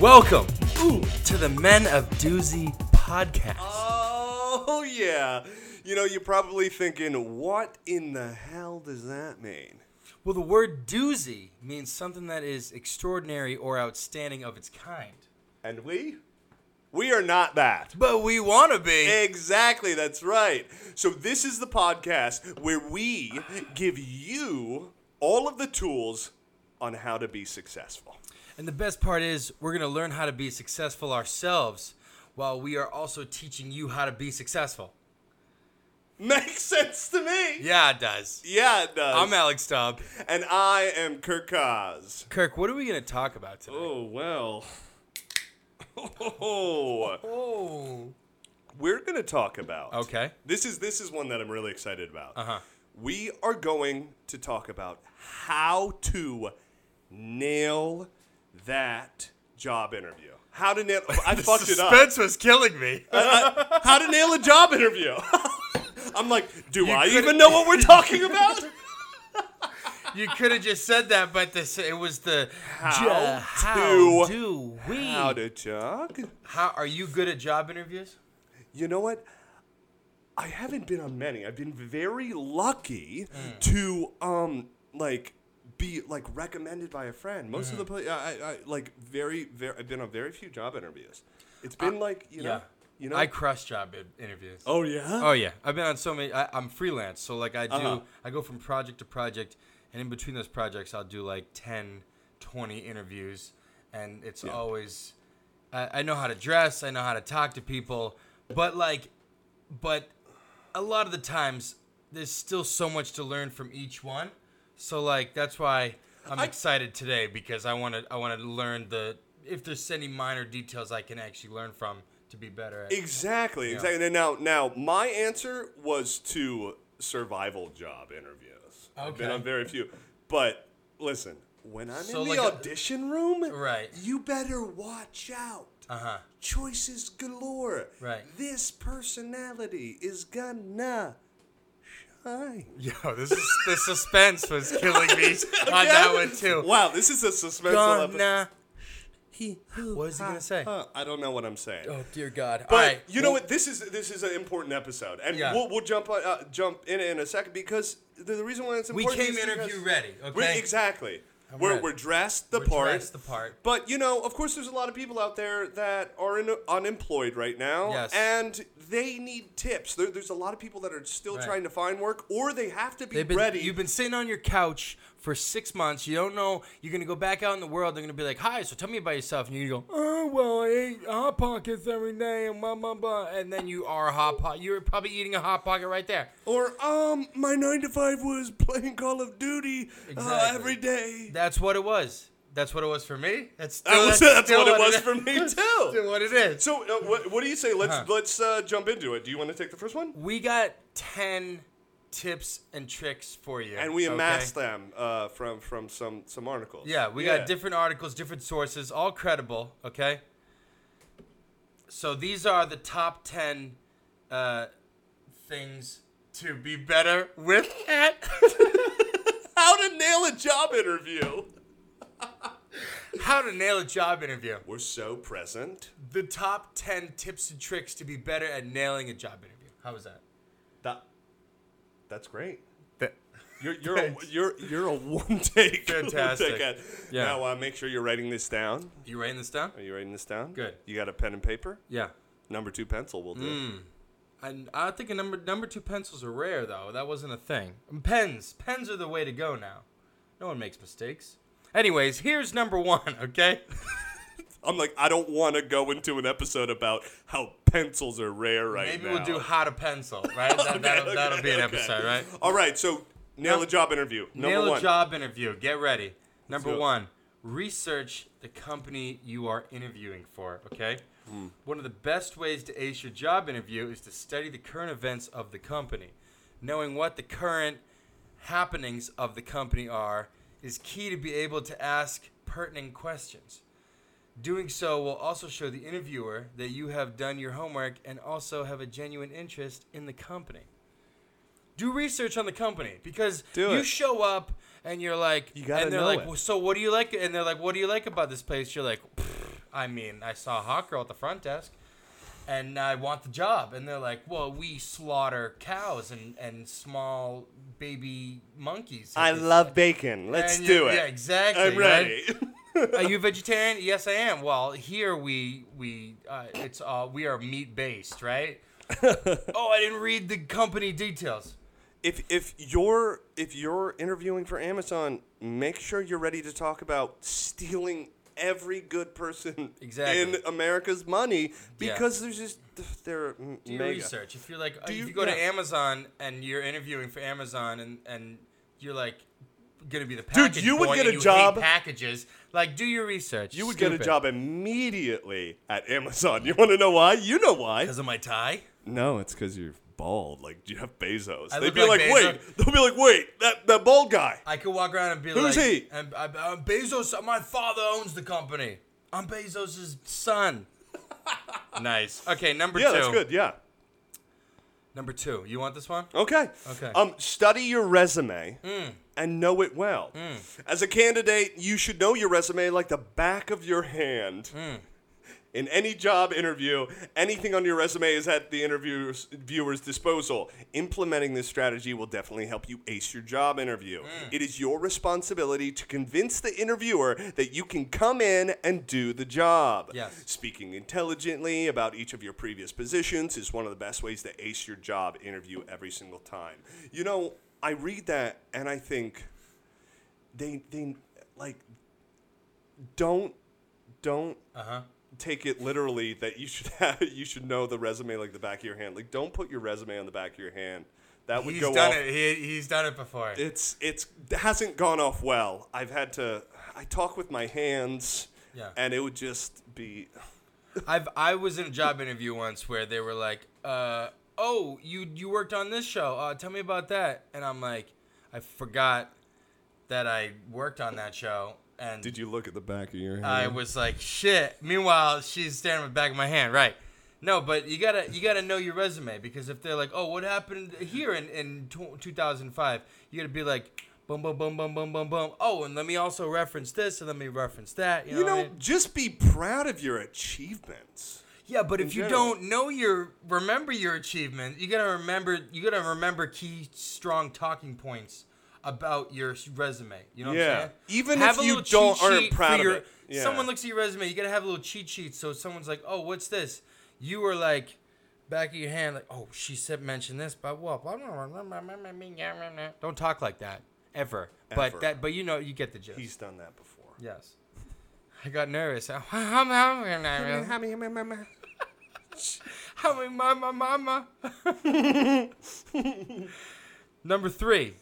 Welcome ooh, to the Men of Doozy podcast. Oh, yeah. You know, you're probably thinking, what in the hell does that mean? well, the word doozy means something that is extraordinary or outstanding of its kind. And we? We are not that. But we want to be. Exactly, that's right. So, this is the podcast where we give you all of the tools on how to be successful. And the best part is, we're going to learn how to be successful ourselves while we are also teaching you how to be successful. Makes sense to me. Yeah, it does. Yeah, it does. I'm Alex Staub. And I am Kirk Kaz. Kirk, what are we going to talk about today? Oh, well. Oh. Oh. we're gonna talk about. Okay. This is this is one that I'm really excited about. Uh huh. We are going to talk about how to nail that job interview. How to nail? I fucked it up. was killing me. How to nail a job interview? I'm like, do I couldn't- even know what we're talking about? You could have just said that, but this it was the How Ja- to- how do we? how to jog? How- are you good at job interviews? You know what? I haven't been on many. I've been very lucky to um like be like recommended by a friend. Most of the pla I, I, I like very very I've been on very few job interviews. It's been like you know you know I crush job in- interviews. oh yeah Oh yeah, I've been on so many. I, I'm freelance, so like I do, Uh-huh. I go from project to project, and in between those projects, I'll do like 10, 20 interviews, and it's always, I, I know how to dress, I know how to talk to people, but like, but a lot of the times, there's still so much to learn from each one, so like that's why I'm I- excited today because I want to, I want to learn the if there's any minor details I can actually learn from to be better at. exactly exactly. And now now my answer was to survival job interviews. I've been Okay. on very few, but listen. When I'm So in the like a- audition room, Right. you better watch out. Uh huh. choices galore. Right. This personality is gonna shine. Yo, this is the suspense was killing me on that one too. Wow, this is a suspenseful episode. Gonna. He, What is he gonna say? I don't know what I'm saying. Oh dear God! But All right, you know well, what? This is this is an important episode, and Yeah. we'll, we'll jump on- uh, jump in in a second because the, the reason why it's We important. came is interview because- ready, We- okay? exactly. We're, ready. we're dressed the We're part. dressed the part. But you know, of course, there's a lot of people out there that are in, unemployed right now, Yes. and they need tips. There, there's a lot of people that are still Right. trying to find work, or they have to be they've been, ready. You've been sitting on your couch for six months. You don't know you're gonna go back out in the world. They're gonna be like, "Hi, so tell me about yourself." And you go, "Oh well, I ate hot pockets every day and blah blah blah." And then you are a hot pocket. You're probably eating a hot pocket right there. or um, my nine to five was playing Call of Duty uh, Exactly. every day. That's what it was. That's what it was for me. That's still, That was- that's still what it was is. for me, That's too. still what it is. So, uh, what, what do you say? Let's Huh. let's uh, jump into it. Do you want to take the first one? We got 10 tips and tricks for you. and we okay? amassed them uh, from from some some articles. Yeah, we got different articles, different sources, all credible, okay? So these are the top 10 uh, things to be better with at. How to nail a job interview? How to nail a job interview. We're so present. The top 10 tips and tricks to be better at nailing a job interview. How was that? That that's great. That. You're you're a, you're you're a one take. Fantastic. One take ad. Yeah. Now uh, make sure you're writing this down. You writing this down? Are you writing this down? Good. You got a pen and paper? Yeah. Number two pencil will do. Mm. I, I think a number number two pencils are rare though. That wasn't a thing. And Pens, pens are the way to go now. No one makes mistakes. Anyways, here's number one. Okay. I'm like, I don't want to go into an episode about how pencils are rare right Maybe now. we'll do how to pencil. Right. that, that'll, Okay, that'll be an okay. episode. Right. All right. So nail Now- a job interview. Number Nail one. a job interview. Get ready. Number do it. one, research the company you are interviewing for. Okay. Hmm. One of the best ways to ace your job interview is to study the current events of the company. Knowing what the current happenings of the company are is key to be able to ask pertinent questions. Doing so will also show the interviewer that you have done your homework and also have a genuine interest in the company. Do research on the company because Do you it. show up and you're like, You gotta and they're know like, it. "Well, so what do you like? And they're like, what do you like about this place? You're like, "Pfft, I mean, I saw a hot girl at the front desk, and I want the job. And they're like, well, we slaughter cows and, and small baby monkeys. I And love bacon. Let's you- do it. Yeah, exactly. I'm right? ready. Are you vegetarian? Yes, I am. Well, here we we uh, it's uh, we are meat based, right? oh, I didn't read the company details. if if you're if you're interviewing for Amazon, make sure you're ready to talk about stealing every good person Exactly. in America's money because there's just they're m- Do your mega. research. If you're like, Do if you- you go to yeah. Amazon and you're interviewing for Amazon and and you're like gonna be the Dude, package you would boy get and a you hate job- packages. Like, do your research. You would get a job immediately at Amazon. You want to know why? You know why? because of my tie. No, it's because you're bald, like Jeff Bezos. I They'd look be like, like wait. Bezos. They'll be like, wait. That that bald guy. I could walk around and be Who's like, he? I'm, I'm, I'm Bezos. My father owns the company. I'm Bezos' son. nice. Okay, number Yeah, two. that's good. Yeah. Number two. You want this one? Okay. Okay. Hmm. Um, study your resume and know it well. As a candidate, you should know your resume like the back of your hand. Hmm. In any job interview, anything on your resume is at the interviewer's viewer's disposal. Implementing this strategy will definitely help you ace your job interview. It is your responsibility to convince the interviewer that you can come in and do the job. Yes. Speaking intelligently about each of your previous positions is one of the best ways to ace your job interview every single time. You know, I read that and I think they they like don't don't Uh huh. take it literally that you should have you should know the resume like the back of your hand. Like don't put your resume on the back of your hand. That would He's go done off. it. He, he's done it before. It's it's it hasn't gone off well. I've had to I talk with my hands Yeah. and it would just be I've I was in a job interview once where they were like, uh, "Oh, you you worked on this show. Uh, tell me about that." And I'm like, I forgot that I worked on that show. And Did you look at the back of your hand? I was like, shit. Meanwhile, she's standing with the back of my hand, right? No, but you gotta you gotta know your resume because if they're like, oh, what happened here in in two thousand five, you gotta be like, boom, boom, boom, boom, boom, boom, boom. Oh, and let me also reference this and let me reference that. You know, you what I know, mean? just be proud of your achievements. yeah. But if you general. don't know your remember your achievement, you gotta remember you gotta remember key strong talking points about your s- resume. You know what Yeah. I'm saying? Even Have if a you little don't- cheat aren't sheet for proud of your- it. Yeah. Someone looks at your resume. You gotta have a little cheat sheet. So someone's like, "Oh, what's this?" You were like, back of your hand, like, "Oh, she said mention this, but what?" Blah, blah, blah, blah, blah, blah, blah, blah, blah, blah." Don't talk like that ever. Ever. But that, but you know, you get the gist. He's done that before. yes. I got nervous. How many mama mama? Number three,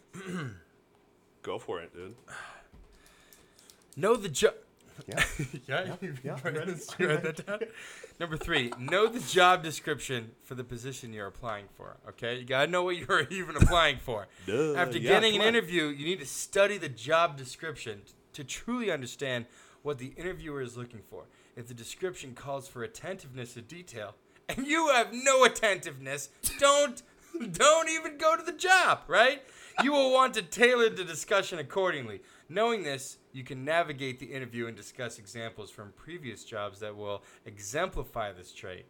Go for it, dude. know the job. Yeah. Yeah, you you write that down. Number three, know the job description for the position you're applying for. Okay, you gotta know what you're even applying for. Duh, After yeah, getting come an on. interview, you need to study the job description t- to truly understand what the interviewer is looking for. If the description calls for attentiveness to detail, and you have no attentiveness, don't don't even go to the job, right? You will want to tailor the discussion accordingly. Knowing this, you can navigate the interview and discuss examples from previous jobs that will exemplify this trait.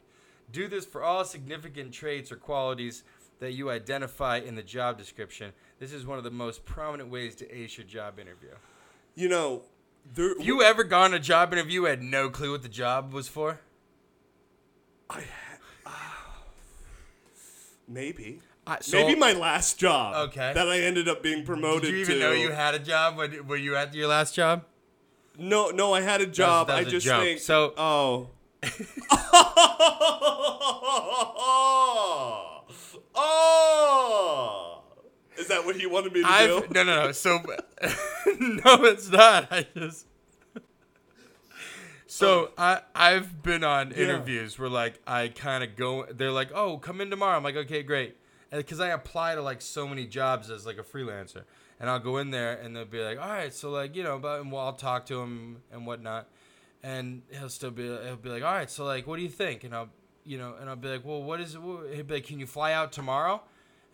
Do this for all significant traits or qualities that you identify in the job description. This is one of the most prominent ways to ace your job interview. You know, there, Have you ever gone to a job interview had no clue what the job was for? maybe. I, so, Maybe my last job. Okay. That I ended up being promoted Did you even to. know you had a job when were you at your last job? No, no, I had a job. that was I a just joke. think. So- Oh. oh. Is that what you wanted me to do? I've no no no. So no, it's not. I just Oh. so I I've been on interviews where like I kind of go. They're like, oh, come in tomorrow. I'm like, okay, great, because I apply to like so many jobs as like a freelancer, and I'll go in there and they'll be like, all right, so like you know, but and well, I'll talk to him and whatnot, and he'll still be he'll be like, all right, so like, what do you think? And I'll you know, and I'll be like, well, what is? What? He'll be like, can you fly out tomorrow?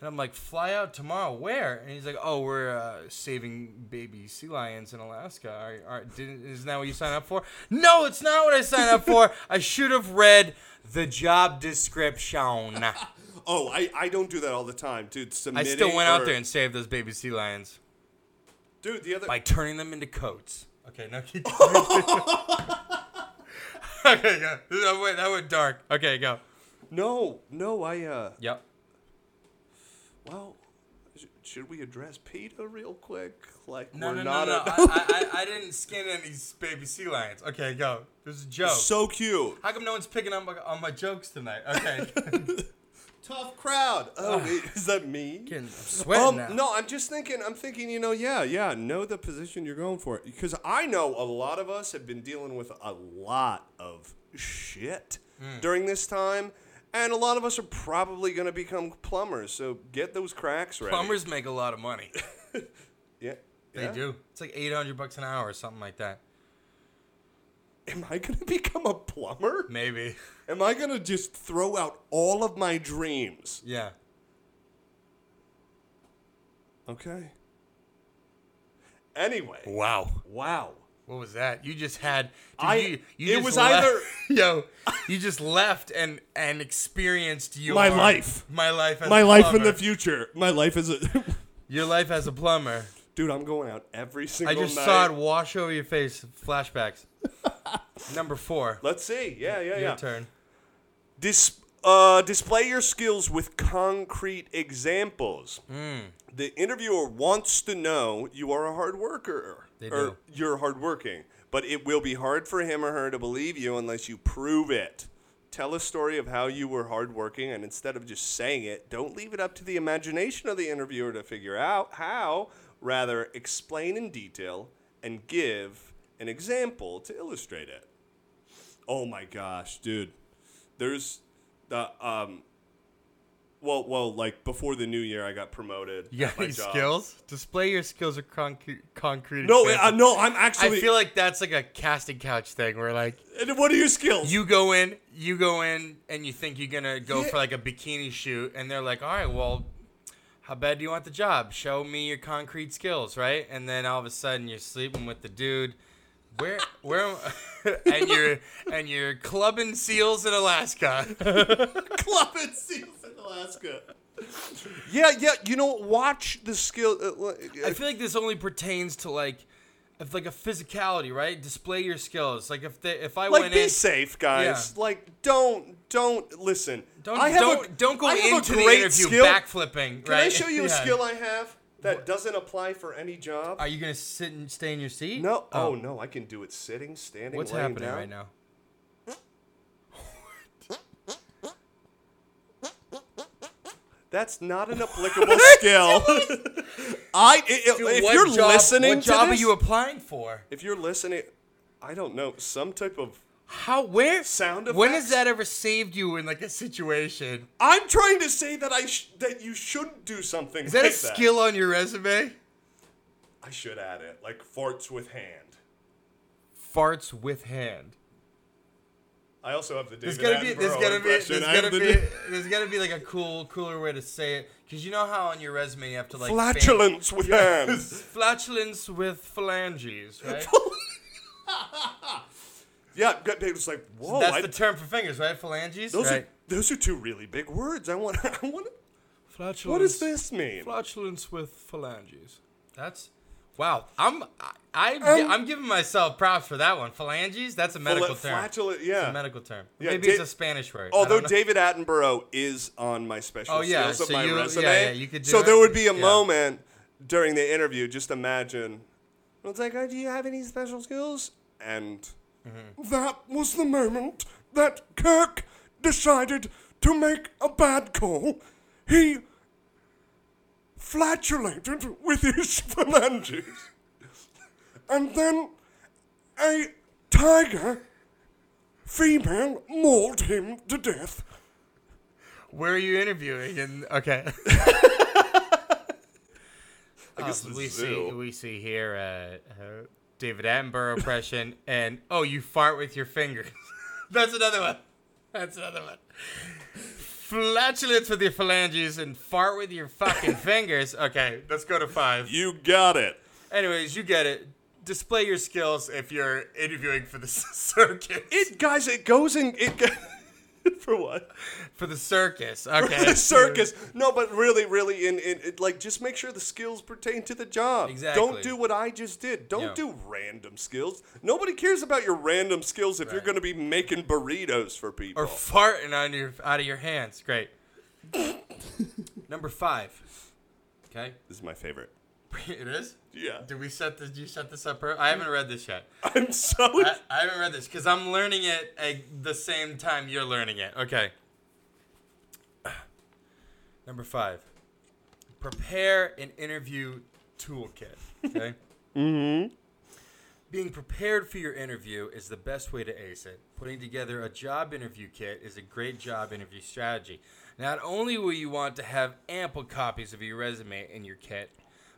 And I'm like, fly out tomorrow. Where? And he's like, oh, we're uh, saving baby sea lions in Alaska. Are, are, didn't, isn't that what you signed up for? No, it's not what I signed up for. I should have read the job description. Oh, I, I don't do that all the time, dude. I Submitting still went out or- there and saved those baby sea lions dude. The other by turning them into coats. Okay, now keep going. okay, go. That went, that went dark. Okay, go. no no I uh Yep. well sh- should we address PETA real quick? Like No, we're no, no, not no. a- I, I, I didn't skin any baby sea lions. Okay, go. It was a joke. so cute. How come no one's picking up on my jokes tonight? Okay. Tough crowd. Oh, wait, is that me? Getting Um, sweating now. no, I'm just thinking. I'm thinking. You know, yeah, yeah. Know the position you're going for, because I know a lot of us have been dealing with a lot of shit Hmm. during this time, and a lot of us are probably going to become plumbers. So get those cracks ready. Plumbers make a lot of money. Yeah. They yeah. do. It's like 800 bucks an hour or something like that. Am I going to become a plumber? Maybe. Am I going to just throw out all of my dreams? Yeah. Okay. Anyway. Wow. Wow. What was that? You just had. Dude, I- you, you it just was left- either- yo. You just left and and experienced your My life. My life. As My a life in plumber. the future. My life is a. Your life as a plumber. Dude, I'm going out every I single night. just saw it wash over your face. Flashbacks. Number four. Let's see. Yeah, yeah, Your yeah. turn. Dis- uh, display your skills with concrete examples. Hmm. The interviewer wants to know you are a hard worker. They or do. You're hardworking, but it will be hard for him or her to believe you unless you prove it. Tell a story of how you were hardworking, and instead of just saying it, don't leave it up to the imagination of the interviewer to figure out how. Rather, explain in detail and give an example to illustrate it. Oh my gosh, dude. There's the um well well like before the new year I got promoted. You got at my any job. skills? Display your skills of concrete. concrete No, examples. I, no, I'm I actually feel like that's like a casting couch thing where like And what are your skills? you go in, you go in, and you think you're gonna go Yeah. for like a bikini shoot, and they're like, "All right, well, how bad do you want the job? Show me your concrete skills, right?" And then all of a sudden, you're sleeping with the dude. Where, where, am- and you're and you're clubbing seals in Alaska. club and seals in Alaska. yeah, yeah, you know, watch the skill uh, l- I feel like this only pertains to like, if like a physicality, right? Display your skills. Like if they, if I like went be in, safe, guys. Yeah. Like don't don't listen. don't I have don't, a, don't go I have a into the great interview skill. backflipping. Can right? I show you a Yeah. skill I have that doesn't apply for any job? Are you gonna sit and stay in your seat? No. Oh, no, I can do it sitting, standing, What's laying happening down. right now? That's not an applicable skill. I i- i- if What you're job- listening what to job this, are you applying for? if you're listening, I don't know some type of. How? Where? Sound When has effects? that ever saved you in like a situation? I'm trying to say that I sh- that you should do something. Is that like a skill on your resume? I should add it, like farts with hand. Farts with hand. I also have the There's David gonna be there's Attenborough gonna be impression. there's I have gonna the be Da- there's gonna be like a cool cooler way to say it because you know how on your resume you have to like fan- flatulence with hands. flatulence with phalanges right Yeah, g- it was like whoa. that's oh, I- the term for fingers right phalanges those right are those are two really big words. I want. I want. flatulence What does this mean? Flatulence with phalanges. That's wow. I'm I, I I'm giving myself props for that one. Phalanges. That's a medical Fla- term. Flatulent, It's yeah. a medical term. Yeah, Maybe da- it's a Spanish word. I Although don't know. David Attenborough is on my special Oh, yeah, skills of so my you- yeah, resume, yeah, you could do so it. there would be a Yeah. moment during the interview. Just imagine. Well, It's like, oh, do you have any special skills? And Mm-hmm. that was the moment that Kirk decided to make a bad call. He flatulated with his phalanges, and then a tiger female mauled him to death. Oh, where are you interviewing? And okay. Uh, guess the we zoo. see we see here uh, uh, David Attenborough impression and oh you fart with your fingers. That's another one. That's another one. flatulence with your phalanges and fart with your fucking fingers. Okay, let's go to five. You got it. Anyways, you get it. Display your skills if you're interviewing for the circus. It guys, it goes in it go- for what? for the circus. Okay. the circus. No, but really, really, in, in it, like, just make sure the skills pertain to the job. Exactly. Don't do what I just did. Don't Yeah. do random skills. Nobody cares about your random skills if you're Right. going to be making burritos for people. Or farting on your out of your hands. Great. Number five. Okay. this is my favorite. It is. Mm. Yeah, Did we set this? Did you set this up? Early? I haven't read this yet. I'm so. I, I haven't read this because I'm learning it at the same time you're learning it. Okay. Number five. Prepare an interview toolkit. Okay. mm-hmm. Being prepared for your interview is the best way to ace it. Putting together a job interview kit is a great job interview strategy. Not only will you want to have ample copies of your resume in your kit,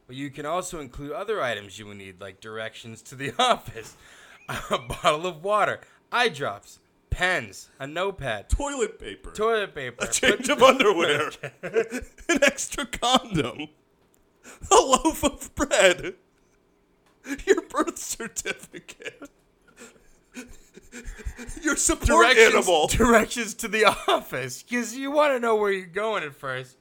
but you can also include other items you will need, like directions to the office, a bottle of water, eye drops, pens, a notepad, toilet paper. toilet paper, a change of underwear. an extra condom. A loaf of bread. Your birth certificate. Your support directions, animal. directions to the office because you want to know where you're going at first.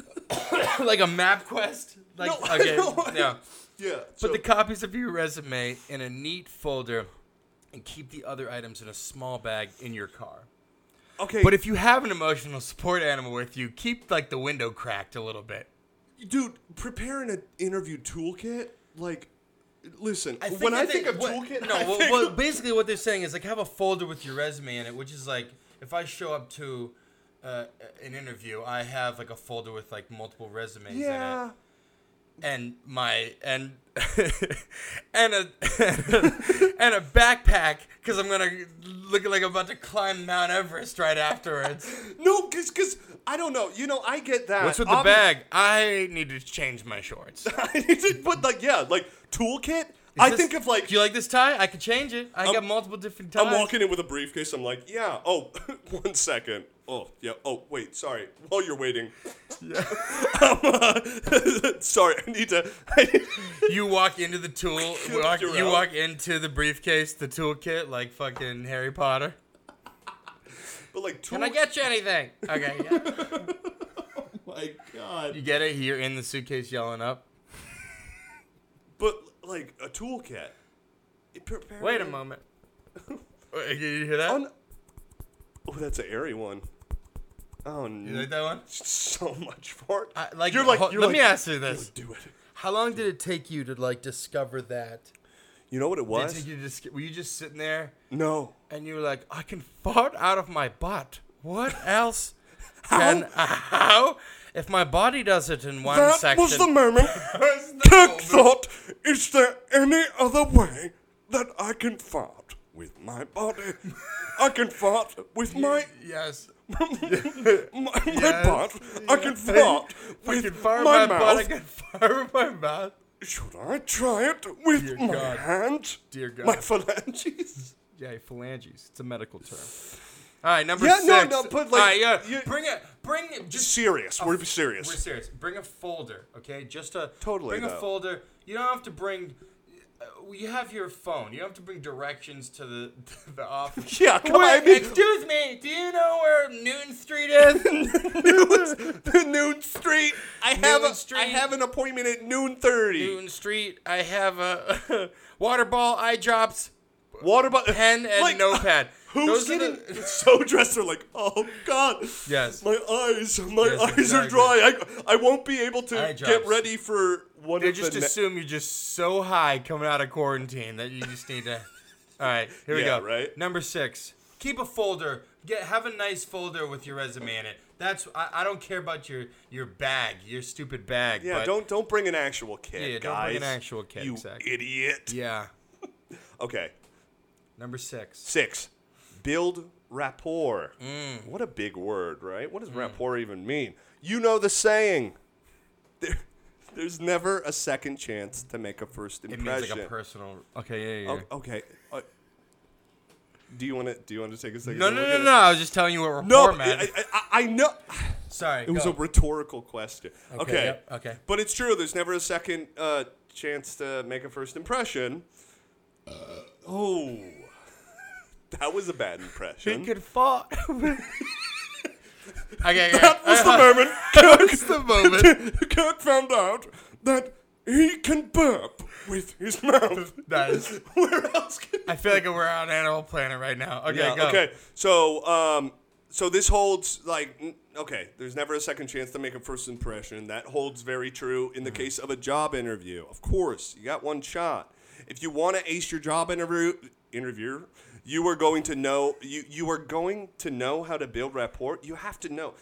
like a map quest? Like, No, I okay, know. yeah. Yeah. Put the copies of your resume in a neat folder and keep the other items in a small bag in your car. okay, But if you have an emotional support animal with you, keep like the window cracked a little bit. dude, preparing an interview toolkit, like, listen, think when that I they- think of what- toolkit, no. I well, think well, of- basically, what they're saying is like have a folder with your resume in it, which is like if I show up to uh, an interview, I have like a folder with like multiple resumes in yeah. it, and my and and a and a backpack because I'm gonna look like I'm about to climb Mount Everest right afterwards. No, because cause, I don't know. You know, I get that. What's with the Obvi- bag? I need to change my shorts. I need to put, like, yeah, like, toolkit. I This- think of, like, Um, do you like this tie? I could change it. I got multiple different ties. I'm walking in with a briefcase. I'm like, yeah. Oh, one second. Oh, yeah. Oh, wait. Sorry. While you're waiting. Yeah. sorry. I need to. I, You walk into the tool. Walk, You're you out. walk into the briefcase, the toolkit, like fucking Harry Potter. but like, tool, Can I get you anything? Okay, yeah. my god. you get it. You're in the suitcase yelling up. But like a toolkit. It prepared Wait a me- moment. Wait, Did you hear that? On- oh, that's an airy one. Oh you no. like that one? so much fart. I, like, you're like. ho- You're let like, me ask you this: "Let's Do it. How long did it take you to like discover that? You know what it Did it was? take you to dis- were you just sitting there no. and you were like, I can fart out of my butt. What else? How? Can how? If my body does it in one that section. was the moment. Where's the Kirk moment? thought, is there any other way that I can fart with my body? I can fart with my Yes. my, my Yes. butt. I can fart I with can fart my, my, mouth. butt. I can fart with my mouth. Should I try it with Dear my God. hands? Dear God. My phalanges. Yeah, phalanges. It's a medical term. All right, number Yeah, six. no, no, but, like, All right, yeah, you- bring it. Bring it. Just Serious. We're We're serious. serious. Bring a folder, okay? Just a Totally, Bring a though. folder. You don't have to bring. Uh, you have your phone. You don't have to bring directions to the to the office. Yeah, come on, I Wait, mean- excuse me. Do you know where Newton Street is? the noon street. I have Noon a, I Street. have an appointment at noon thirty. Newton Street. I have a water ball, eye drops, Water bottle. pen, and Like, notepad. Who's Those are the- getting so dressed? They're like, oh god, Yes. my eyes, my Yes, eyes exactly. are dry. I, I won't be able Eye to drops. get ready for one They of just the ne- assume you're just so high coming out of quarantine that you just need to. All right, here we Yeah, go. right? Number six. Keep a folder. Get have a nice folder with your resume in it. That's I, I don't care about your your bag, your stupid bag. yeah, but- don't don't bring an actual kid, Yeah, guys. don't bring an actual kid, you exactly. idiot. Yeah. Okay, Number six. six, build rapport. Mm. What a big word, right? What does rapport even mean? You know the saying. There, there's never a second chance to make a first It impression. means like a personal. Okay, yeah, yeah. yeah. O- okay. Uh, Do you want to? Do you want to take a second? No, to no, look no, at no. I was just telling you what it? report No, meant. I, I, I know. Sorry. It was go. a rhetorical question. Okay. Okay, yep, okay. But it's true. There's never a second uh, chance to make a first impression. Uh, oh, that was a bad impression. He could fart. okay, okay. that was the moment That's the moment. Kirk, Kirk found out that he can burp with his mouth. That is- Where else can I feel like we're on Animal Planet right now. Okay, Yeah, go. okay. So, um, so this holds like n- okay. There's never a second chance to make a first impression. That holds very true in the Mm-hmm. case of a job interview. Of course, you got one shot. If you want to ace your job interview, interviewer, you are going to know you you are going to know how to build rapport. You have to know.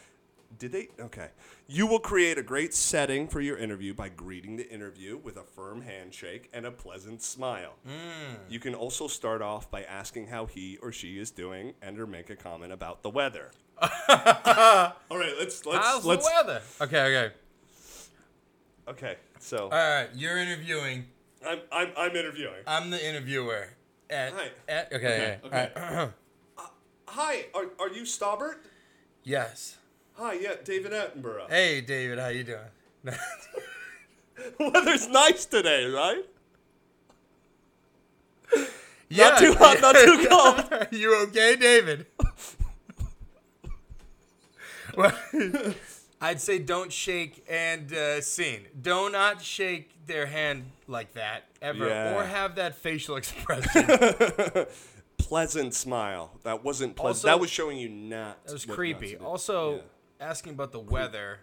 Did they? Okay. You will create a great setting for your interview by greeting the interview with a firm handshake and a pleasant smile. You can also start off by asking how he or she is doing and or make a comment about the weather. All right, let's let's How's let's the weather? Okay, okay. Okay. So, All right, you're interviewing. I'm I'm I'm interviewing. I'm the interviewer. At, Hi. at- okay, okay. Okay, all right. Hi, are are you Staubert? yes. Hi, yeah, David Attenborough. Hey, David, how you doing? Weather's nice today, right? yeah. Not too hot, not too cold. you okay, David? well, I'd say don't shake and uh, scene. Do not shake their hand like that ever, Yeah. or have that facial expression. Pleasant smile. That wasn't pleasant. Also- That was showing you not. That was what not creepy. to do. Also, Yeah. asking about the weather.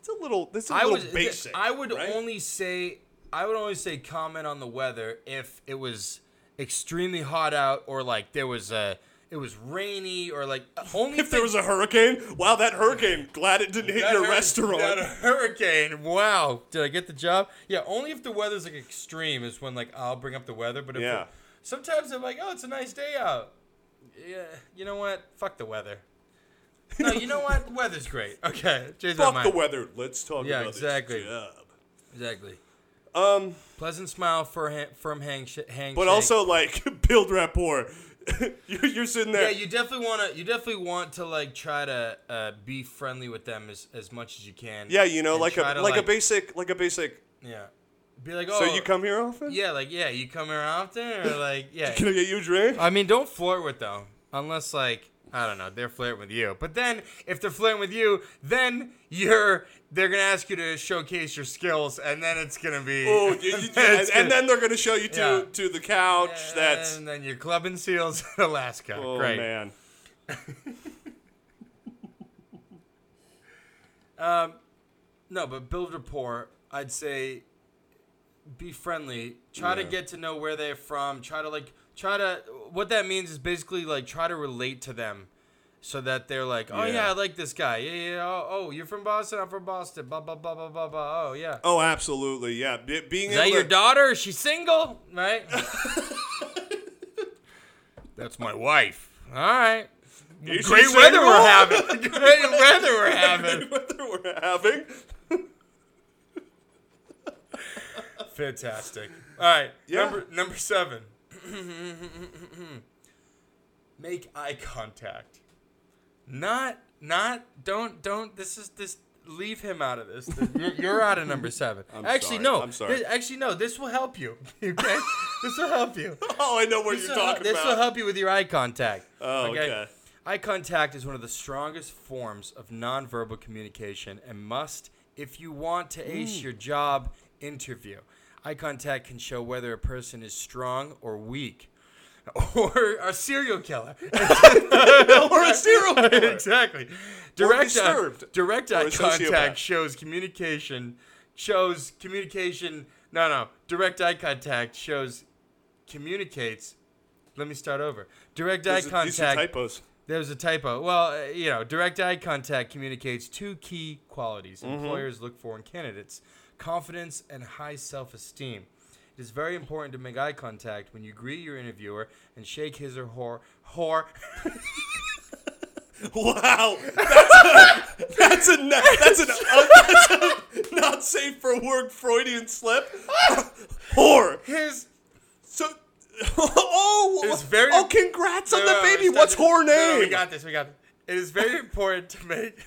it's a little. This is a I little was basic. I would right? only say I would only say comment on the weather if it was extremely hot out or like there was a it was rainy or like only If there was a hurricane, wow, that hurricane! Glad it didn't hit That your hur- restaurant. that hurricane. Wow. Did I get the job? Yeah, only if the weather's like extreme is when like I'll bring up the weather, but if Yeah. it- sometimes I'm like, "Oh, it's a nice day out." Yeah, you know what? Fuck the weather. No, you know what? The weather's great. Okay, change my Fuck mind. the weather. Let's talk Yeah, about this exactly. job. Exactly. Um, Pleasant smile for ha- firm hang sh- hang. but also like build rapport. you're, you're sitting yeah, there. you definitely want to. You definitely want to like try to uh, be friendly with them as, as much as you can. Yeah, you know, and like a try like, to, a basic like a basic. Yeah, be like, oh, so you come here often? Yeah, like yeah, you come here often or like yeah. Can I get you a drink? I mean, don't flirt with them unless like I don't know they're flirting with you. But then if they're flirting with you, then you're they're gonna ask you to showcase your skills, and then it's gonna be Oh, you- you- it's and, gonna- and then they're gonna show you to Yeah. to the couch. That's and then you're clubbing seals in Alaska. oh Great. man. No, but build rapport. I'd say be friendly. Try to Yeah. get to know where they're from. Try to like try to what that means is basically like try to relate to them so that they're like, "Oh yeah, Yeah. I like this guy. Yeah, yeah. yeah. Oh, oh, you're from Boston. I'm from Boston. Blah blah blah blah blah blah. Oh, yeah." Oh, absolutely. Yeah, Be- being Is able that your to, daughter? Is she single? Right? That's my wife. All right. Is she Great weather single? we're having. Great weather we're having. Whether we're having. Fantastic. All right. Yeah. Number number seven. Make eye contact. Not not don't don't this is this leave him out of this. You're, you're out of number seven. I'm actually sorry. no. I'm sorry. Thi- actually no. This will help you. Okay. this will help you. Oh, I know what This you're will hel- talking this will about. help you with your eye contact. Oh, okay. Eye contact is one of the strongest forms of nonverbal communication and must, if you want to ace your job interview, eye contact can show whether a person is strong or weak. Or a serial killer. or a serial killer. exactly. Direct eye, disturbed. direct Or eye a sociopath. contact shows communication. Shows communication. No, no. Direct eye contact shows communicates. Let me start over. Direct eye These are- These are contact typos. there's a typo. Well, uh, you know, direct eye contact communicates two key qualities employers look for in candidates confidence and high self esteem. It is very important to make eye contact when you greet your interviewer and shake his or her, her Wow, that's a that's a na- that's an uh, that's a not safe for work Freudian slip. Whore. his So oh, It was very- oh, congrats on the No, baby. it's What's not- her no, name? we got this. We got this. It is very important to make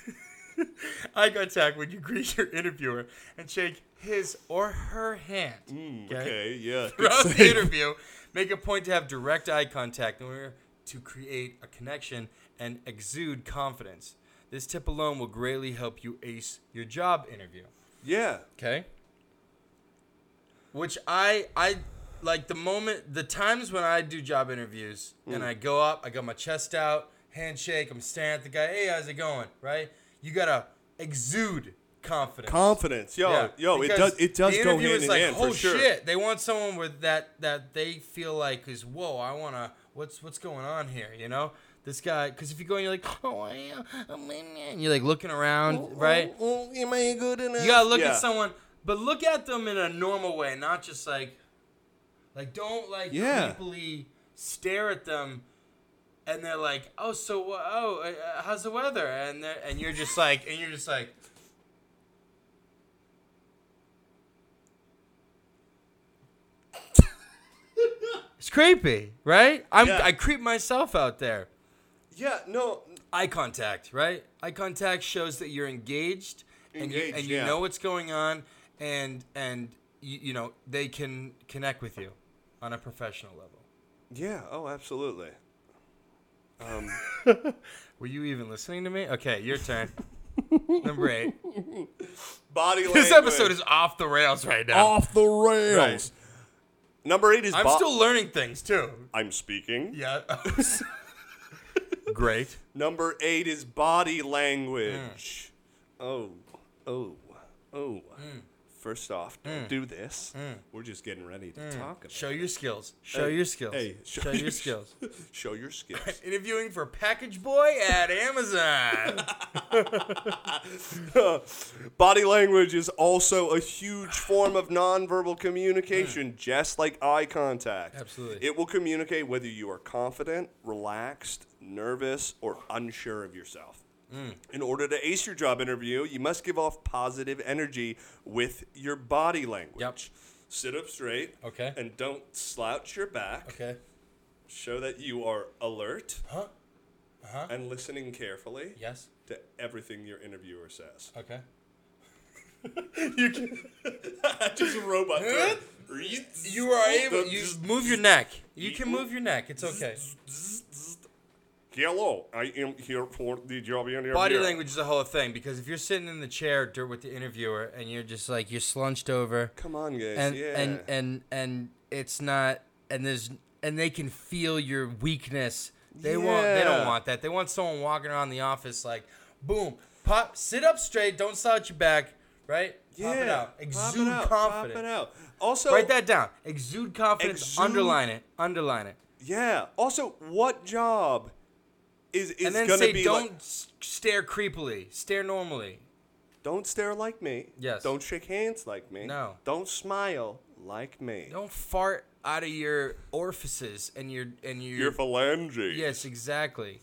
eye contact when you greet your interviewer and shake his or her hand. okay, yeah. Throughout the interview, make a point to have direct eye contact in order to create a connection and exude confidence. This tip alone will greatly help you ace your job interview. Yeah. Okay. Which I I like the moment the times when I do job interviews and I go up, I got my chest out, handshake, I'm staring at the guy, hey, how's it going? Right? You gotta exude confidence. Confidence, yo, Yeah, yo, it because does, it does the go interviewer's hand in like, hand oh for sure. shit! They want someone with that that they feel like is whoa. I wanna what's what's going on here? You know this guy because if you go and you're like oh I am I'm in it," and you're like looking around right Oh, am I good enough? you gotta look Yeah. at someone, but look at them in a normal way, not just like, like don't like Yeah. creepily stare at them, and they're like, oh so uh, oh uh, uh, how's the weather, and they're- and you're just like and you're just like. It's creepy, right? I'm, Yeah. I creep myself out there Yeah, no, eye contact, right? Eye contact shows that you're engaged, and you, Engaged, and you yeah. know what's going on, and and you, you know they can connect with you on a professional level. yeah, oh, absolutely. Um, Were you even listening to me? Okay, your turn. Number eight. body language. This episode is off the rails right now. off the rails. Right. Number eight is. I'm bo- still learning things too. I'm speaking. Yeah. Great. Number eight is body language. Oh, oh, oh. First off, don't do this. We're just getting ready to talk about. Show your skills. Show Hey, your skills. hey, show, show your your- skills. Show your skills. Interviewing for package boy at Amazon. Body language is also a huge form of nonverbal communication, just like eye contact. Hmm. Absolutely. It will communicate whether you are confident, relaxed, nervous, or unsure of yourself. Hmm. In order to ace your job interview, you must give off positive energy with your body language. Yep. Sit up straight. Okay. And don't slouch your back. okay. Show that you are alert Huh? and listening carefully Yes. to everything your interviewer says. Okay. Just a robot. Huh? doing- You are able. You move your neck. You can move your neck. It's okay. Hello, I am here for the job interview. Body language is the whole thing because if you're sitting in the chair dur- with the interviewer and you're just like you're slouched over Come on, guys. and yeah. and and and it's not and there's and they can feel your weakness. They want. They don't Yeah. want that. They want someone walking around the office like, boom, pop, sit up straight. Don't slouch your back. Right. yeah. Pop it out. Pop it Exude out, confidence. Pop it out. Also, Write that down. Exude confidence. Exude- Underline it. Underline it. yeah. Also, what job is is and then gonna say be don't like? s- stare creepily stare normally Don't stare like me. Yes. Don't shake hands like me. No. Don't smile like me. don't fart out of your orifices and your and your, Your phalanges. yes exactly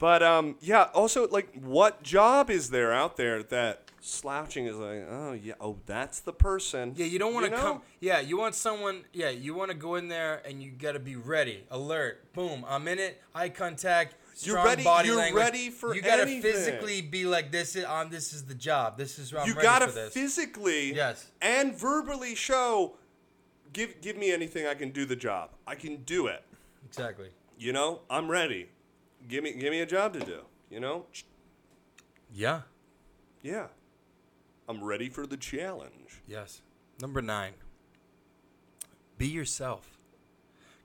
But um, yeah. Also, like, what job is there out there that slouching is like? Oh yeah. Oh, that's the person. yeah you don't want to know? come yeah you want someone yeah you want to go in there and you got to be ready alert boom i'm in it eye contact You're strong ready- body you're language. ready for you gotta anything. physically be like this is on this is the job this is I'm you ready gotta for this physically Yes. and verbally show. Give give me anything I can do the job. I can do it. exactly You know, I'm ready. Give me give me a job to do. You know, yeah yeah, I'm ready for the challenge. yes number nine be yourself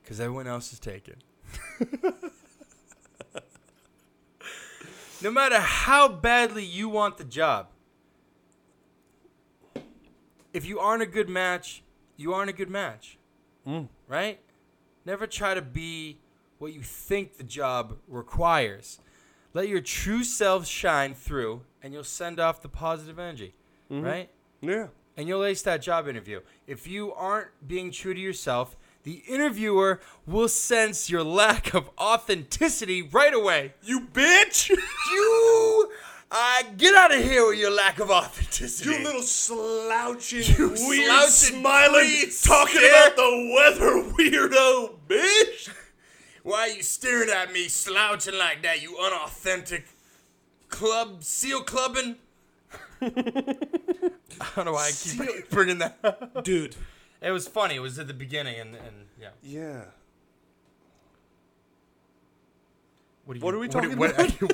because everyone else is taken. no matter how badly you want the job, if you aren't a good match, you aren't a good match. Right? Never try to be what you think the job requires. Let your true self shine through, and you'll send off the positive energy. Right? Yeah, and you'll ace that job interview. If you aren't being true to yourself, the interviewer will sense your lack of authenticity right away. you bitch. You, uh, get out out of here with your lack of authenticity. You little slouching, You weird, slouching smiling, priest, talking yeah. about the weather, weirdo bitch. Why are you staring at me slouching like that, you unauthentic club, seal clubbing? I don't know why I keep Seal- bringing that up. Dude. It was funny. It was at the beginning, and, and yeah. Yeah. What are, you, What are we talking are you-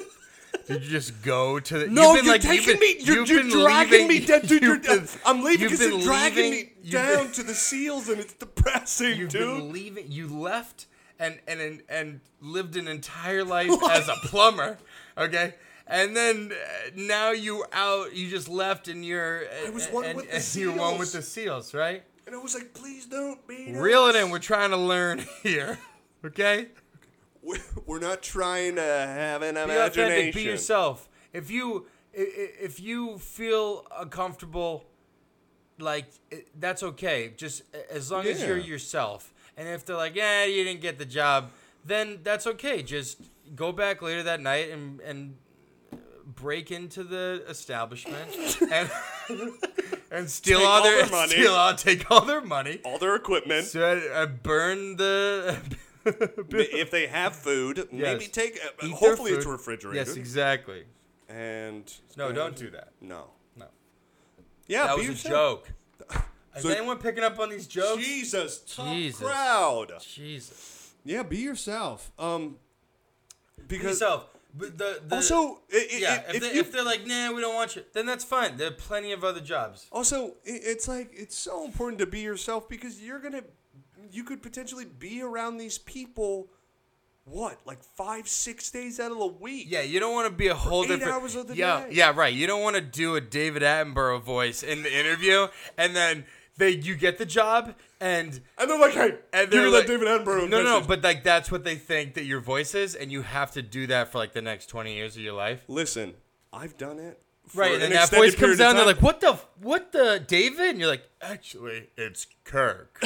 did you just go to the? No, you've been you're like, taking you've been, me. You're, you've you're been dragging leaving- me down, dude. You're, you've been- I'm leaving you've because you're been dragging leaving- me you've been- down to the seals, and it's depressing, You've dude. been leaving. You left and and and, and lived an entire life as a plumber. Okay. And then uh, now you out. You just left, and you're. I was one with the You're one with seals. the seals, right? and I was like, please don't be. Reel it in. We're trying to learn here. Okay. We're, we're not trying to have an Be authentic. Be imagination. yourself. If you i- i- if you feel uncomfortable, like i- that's okay. Just a- as long as you're Yeah. yourself. And if they're like, "Yeah, you didn't get the job," then that's okay. Just go back later that night and and break into the establishment and and steal Take all all their, their money. steal all, take all their money. All their equipment. So I, I burn the if they have food, maybe Yes. take. Uh, Eat their hopefully, it's food. refrigerated. Yes, exactly. And No, don't do that. No. No. Yeah, That was be a yourself. joke. Is So- anyone picking up on these jokes? Jesus, tough Jesus. crowd. Jesus. Yeah, be yourself. Um, Be because yourself. But the, the, also, i- i- yeah, i- if, they, you- if they're like, nah, we don't want you, then that's fine. There are plenty of other jobs. also, i- it's like it's so important to be yourself because you're gonna, you could potentially be around these people, what like five, six days out of the week. Yeah, you don't want to be a whole eight different. hours of the yeah, day. yeah, right. You don't want to do a David Attenborough voice in the interview, and then they you get the job, and and they're like, hey, and give they're me like, that David Attenborough. No, no, message. but like that's what they think that your voice is, and you have to do that for like the next twenty years of your life. listen, I've done it. for Right, and an then that extended voice comes period of down. They're time. like, "What the? f- What the? David?" And you're like, "Actually, it's Kirk."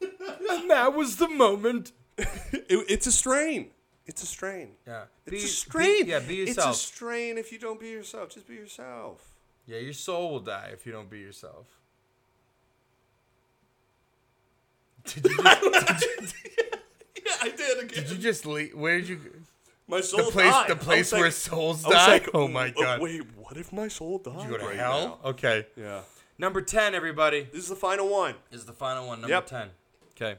and that was the moment. It- it's a strain. It's a strain. Yeah, It's be, a strain. Be, yeah, be It's a yourself. strain if you don't be yourself. Just be yourself. yeah, your soul will die if you don't be yourself. Did you just, Yeah, I did again. did you just leave? Where did you? my soul The place, died. the I place was like- where souls I was die. like, oh my "W- god! Wait, what if my soul died? you go to right hell? Okay. now?" Yeah. Number ten, everybody This is the final one. is the final one. Number Yep. ten. Okay.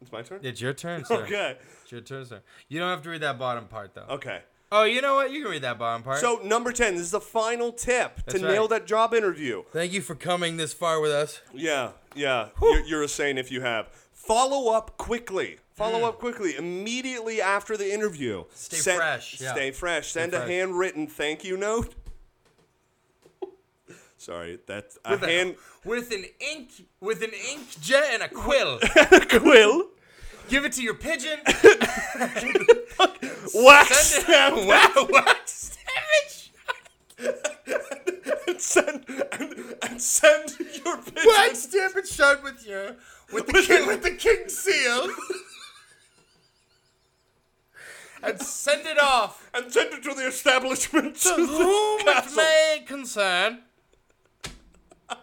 It's my turn. It's your turn, sir. Okay. It's your turn, sir. You don't have to read that bottom part though. Okay. Oh, you know what? You can read that bottom part. So number ten. This is the final tip That's to right. nail that job interview. Thank you for coming this far with us. Yeah, yeah. You're, you're a saint if you have. Follow up quickly. Follow up quickly. Immediately after the interview. Mm. Stay fresh, yeah. Stay fresh. Send fresh. a handwritten thank you note. Sorry, that's a With, a- hand with an ink, with an ink jet and a quill. quill. Give it to your pigeon. Wax Send stamp. it. wow, what? Savage. And send and, and send your picture. Wax stamp it shut with your with the king, with the king seal. and send it off. And send it to the establishment. To whom it Castle. may concern. a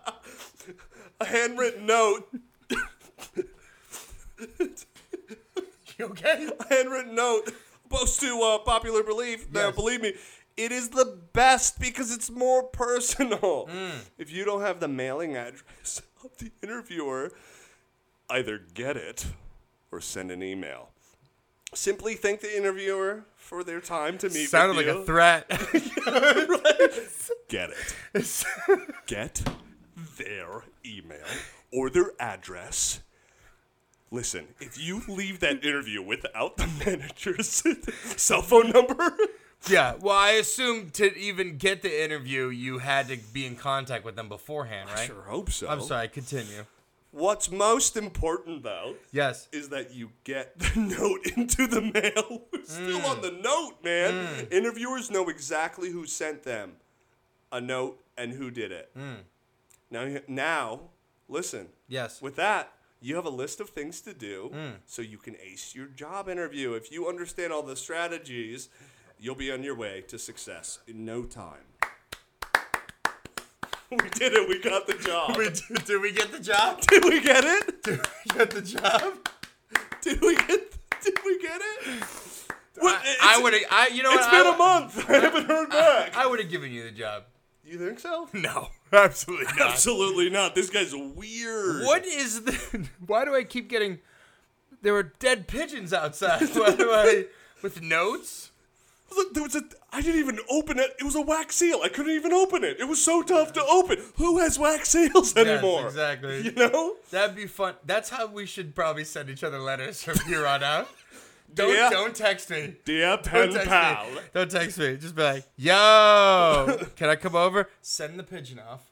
handwritten note. You okay? handwritten note post to uh, popular belief. Now, Yes. believe me, it is the best because it's more personal. Mm. If you don't have the mailing address of the interviewer, either get it or send an email. Simply thank the interviewer for their time to meet Sounded with like you. a threat. get it. get their email or their address. Listen, if you leave that interview without the manager's cell phone number, Yeah, well, I assume to even get the interview, you had to be in contact with them beforehand, right? sure hope so. I'm sorry, continue. What's most important though Yes. is that you get the note into the mail. We're still Hmm. on the note, man. Interviewers know exactly who sent them a note and who did it. Hmm. Now, now, listen. Yes. With that, you have a list of things Mm. to do so you can ace your job interview. If you understand all the strategies You'll be on your way to success in no time. we did it. We got the job. Wait, did, did we get the job? did we get it? Did we get the job? Did we get? Did we get it? What- I, it's- I would have. I you know It's what? been I, a month. I haven't heard back. I would have given you the job. you think so? No, absolutely Absolutely not. This guy's weird. What is the? Why do I keep getting? There were dead pigeons outside. Why do I? With notes. Look, there was a. I didn't even open it. It was a wax seal. I couldn't even open it. It was so tough to open. Who has wax seals anymore? exactly. You know. That'd be fun. That's how we should probably send each other letters from here on out. Don't Yeah. don't text me. Dear Don't pen text pal. me. Don't text me. Just be like, yo, can I come over? Send the pigeon off,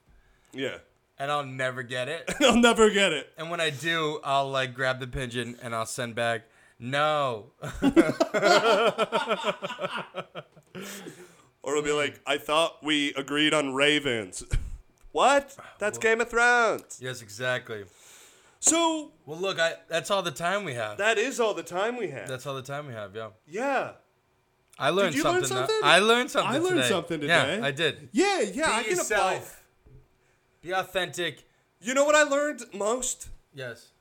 Yeah. and I'll never get it. I'll never get it. And when I do, I'll like grab the pigeon and I'll send back, no. Or it'll be like, I thought we agreed on ravens. what? That's Game of Thrones. yes, exactly. So Well, look, I that's all the time we have. that is all the time we have. That's all the time we have, yeah. yeah. I learned you something. learn uh, something? I learned something. I learned today. something today. Yeah, I did. Yeah, yeah, I Be can apply. yourself. Be authentic. You know what I learned most? Yes.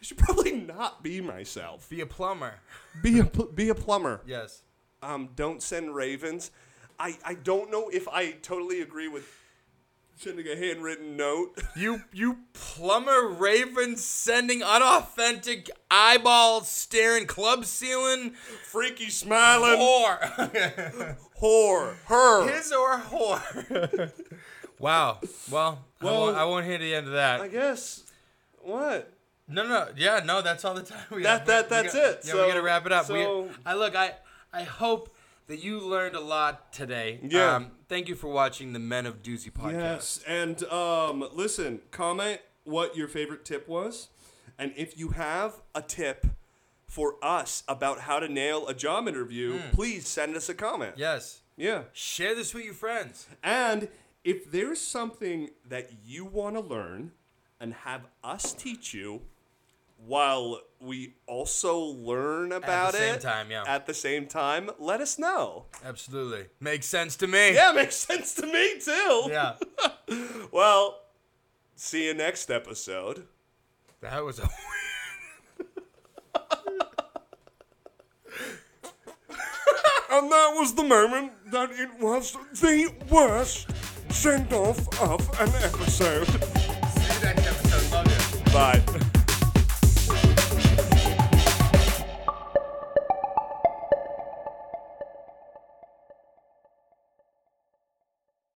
I should probably not be myself. Be a plumber. Be a pl- be a plumber. Yes. Um, don't send ravens. I, I don't know if I totally agree with sending a handwritten note. You you plumber raven sending unauthentic eyeball staring club ceiling Freaky smiling whore. whore. Her. His or whore. wow. Well, I, won't, I won't hear the end of that. I guess. What? No, no, yeah, no. That's all the time we That- have. that- We that's got- it. Yeah, we gotta So- wrap it up. We- so- I look, I, I hope that you learned a lot today. Um, Yeah. thank you for watching the Men of Doozy podcast. Yes, And um, listen, comment what your favorite tip was. And if you have a tip for us about how to nail a job interview, please send us a comment. Yes. Yeah. Share this with your friends. And if there's something that you want to learn and have us teach you while we also learn about same it time, yeah. at the same time, let us know. Absolutely. Makes sense to me. Yeah, makes sense to me too. Yeah. Well, see you next episode. That was a. and that was the moment that it was the worst send off of an episode. See you next episode. Love you. Bye.